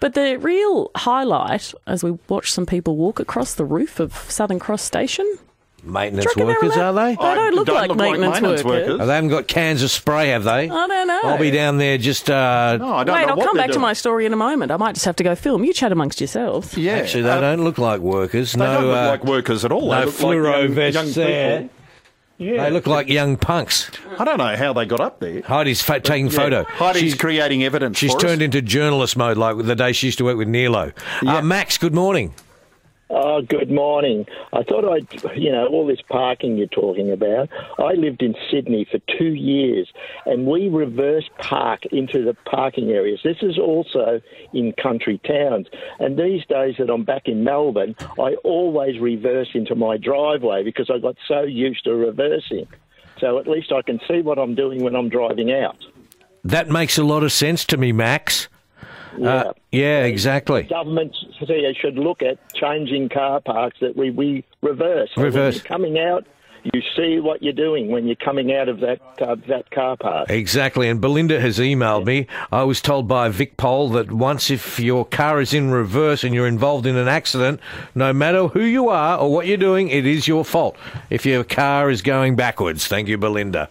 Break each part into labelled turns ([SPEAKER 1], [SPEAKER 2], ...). [SPEAKER 1] But the real highlight, as we watch some people walk across the roof of Southern Cross Station,
[SPEAKER 2] Maintenance
[SPEAKER 1] Reckon they're
[SPEAKER 2] workers, are
[SPEAKER 1] allowed-
[SPEAKER 2] they?
[SPEAKER 3] Oh.
[SPEAKER 1] They don't look like maintenance workers.
[SPEAKER 2] Oh, they haven't got cans of spray, have they?
[SPEAKER 1] I don't know.
[SPEAKER 2] I'll be down there just. Uh,
[SPEAKER 3] No, Oh, I don't
[SPEAKER 1] Wait,
[SPEAKER 3] know
[SPEAKER 1] I'll
[SPEAKER 3] what
[SPEAKER 1] come
[SPEAKER 3] they're
[SPEAKER 1] back to
[SPEAKER 3] doing.
[SPEAKER 1] my story in a moment. I might just have to go film. You chat amongst yourselves.
[SPEAKER 3] Yeah,
[SPEAKER 2] Actually, they
[SPEAKER 3] uh,
[SPEAKER 2] don't look like workers.
[SPEAKER 3] They
[SPEAKER 2] no,
[SPEAKER 3] don't look
[SPEAKER 2] uh,
[SPEAKER 3] like workers at all.
[SPEAKER 2] no
[SPEAKER 3] they look like
[SPEAKER 2] fluoro
[SPEAKER 3] young,
[SPEAKER 2] vests
[SPEAKER 3] young people.
[SPEAKER 2] there.
[SPEAKER 3] Yeah.
[SPEAKER 2] They look like young punks.
[SPEAKER 3] I don't know how they got up there.
[SPEAKER 2] Heidi's fa- taking photo.
[SPEAKER 3] Yeah. Heidi's
[SPEAKER 2] she's
[SPEAKER 3] creating evidence.
[SPEAKER 2] she's
[SPEAKER 3] for us.
[SPEAKER 2] turned into journalist mode, like the day she used to work with Nilo. Uh, Max, good morning.
[SPEAKER 4] Oh, good morning. I thought I'd, you know, all this parking you're talking about. I lived in Sydney for two years and we reverse park into the parking areas. This is also in country towns. And these days that I'm back in Melbourne, I always reverse into my driveway because I got so used to reversing. So at least I can see what I'm doing when I'm driving out.
[SPEAKER 2] That makes a lot of sense to me, Max.
[SPEAKER 4] Yeah.
[SPEAKER 2] Uh, yeah, exactly.
[SPEAKER 4] government here should look at changing car parks that we, we reverse. So when
[SPEAKER 2] Reverse.
[SPEAKER 4] you're coming out, you see what you're doing when you're coming out of that uh, that car park.
[SPEAKER 2] Exactly. And Belinda has emailed me. I was told by Vic Poll that once if your car is in reverse and you're involved in an accident, no matter who you are or what you're doing, it is your fault if your car is going backwards. Thank you, Belinda.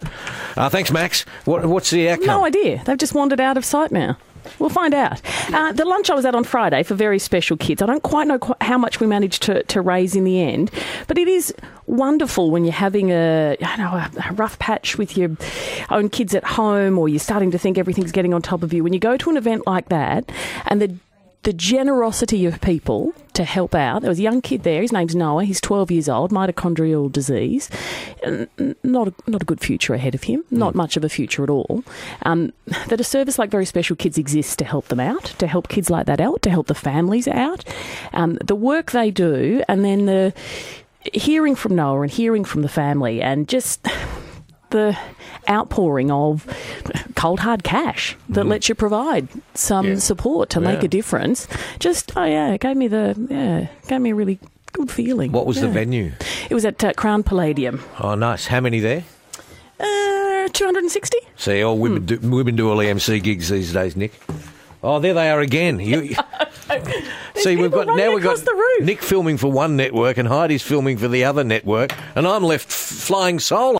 [SPEAKER 2] Uh, thanks, Max. What, what's the outcome?
[SPEAKER 1] No idea. They've just wandered out of sight now. We'll find out. Uh, the lunch I was at on Friday for very special kids. I don't quite know qu- how much we managed to, to raise in the end, but it is wonderful when you're having a, I know, a, a rough patch with your own kids at home or you're starting to think everything's getting on top of you. When you go to an event like that and the the generosity of people to help out. There was a young kid there. His name's Noah. He's 12 years old, mitochondrial disease. N- n- Not a, not a good future ahead of
[SPEAKER 2] Mm.
[SPEAKER 1] him, not much of a future at all. Um, that a service like Very Special Kids exists to help them out, to help kids like that out, to help the families out. Um, the work they do, and then the hearing from Noah and hearing from the family, and just the outpouring of cold hard cash
[SPEAKER 2] Mm.
[SPEAKER 1] that lets you provide some support to make a difference. Just oh yeah, it gave me the yeah, gave me a really good feeling.
[SPEAKER 2] What was the
[SPEAKER 1] Yeah.
[SPEAKER 2] venue?
[SPEAKER 1] It was at uh, Crown Palladium.
[SPEAKER 2] Oh, nice. How many there?
[SPEAKER 1] Uh, 260?
[SPEAKER 2] See, all women,
[SPEAKER 1] Hmm.
[SPEAKER 2] do, women do all EMC gigs these days, Nick. Oh, there they are again. You, see, we've
[SPEAKER 1] people
[SPEAKER 2] got now
[SPEAKER 1] running
[SPEAKER 2] we've got
[SPEAKER 1] across the roof.
[SPEAKER 2] Nick filming for one network and Heidi's filming for the other network, and I'm left f- flying solo.